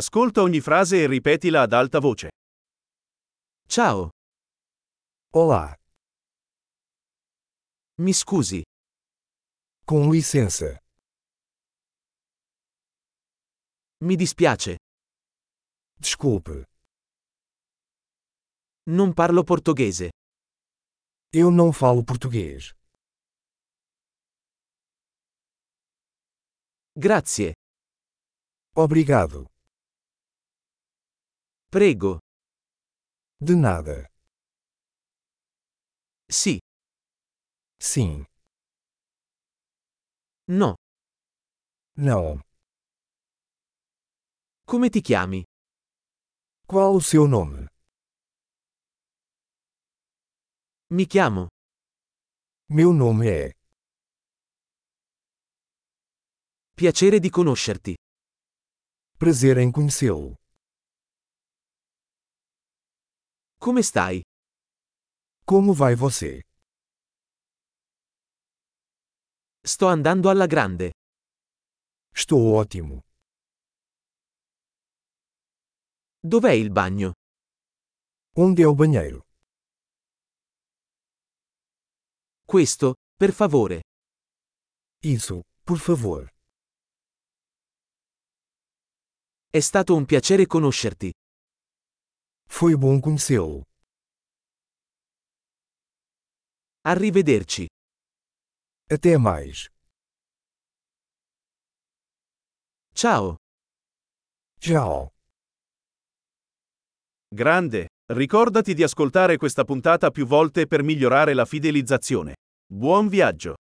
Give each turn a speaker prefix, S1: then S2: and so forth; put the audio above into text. S1: Ascolta ogni frase e ripetila ad alta voce. Ciao,
S2: Olá,
S1: mi scusi,
S2: com licença.
S1: mi dispiace,
S2: Desculpe,
S1: non parlo portoghese.
S2: eu não falo português.
S1: Grazie,
S2: Obrigado.
S1: prego.
S2: De nada.
S1: Sì,
S2: Sim.
S1: no,
S2: Não.
S1: come ti chiami?
S2: Qual o seu nome?
S1: Mi chiamo.
S2: Meu nome é.
S1: Piacere di conoscerti.
S2: Prazer em conhecê-lo.
S1: Come stai?
S2: Como vai você?
S1: Sto andando alla grande.
S2: Estou ótimo.
S1: Dov'è il bagno?
S2: Onde é o banheiro?
S1: Questo, per favore.
S2: Isso, por favor.
S1: È stato un piacere conoscerti.
S2: Foi bom conhecê-lo.
S1: Arrivederci.
S2: Até mais.
S1: Ciao.
S2: Tchau.
S1: Grande, ricordati di ascoltare questa puntata più volte per migliorare la fidelizzazione. Buon viaggio!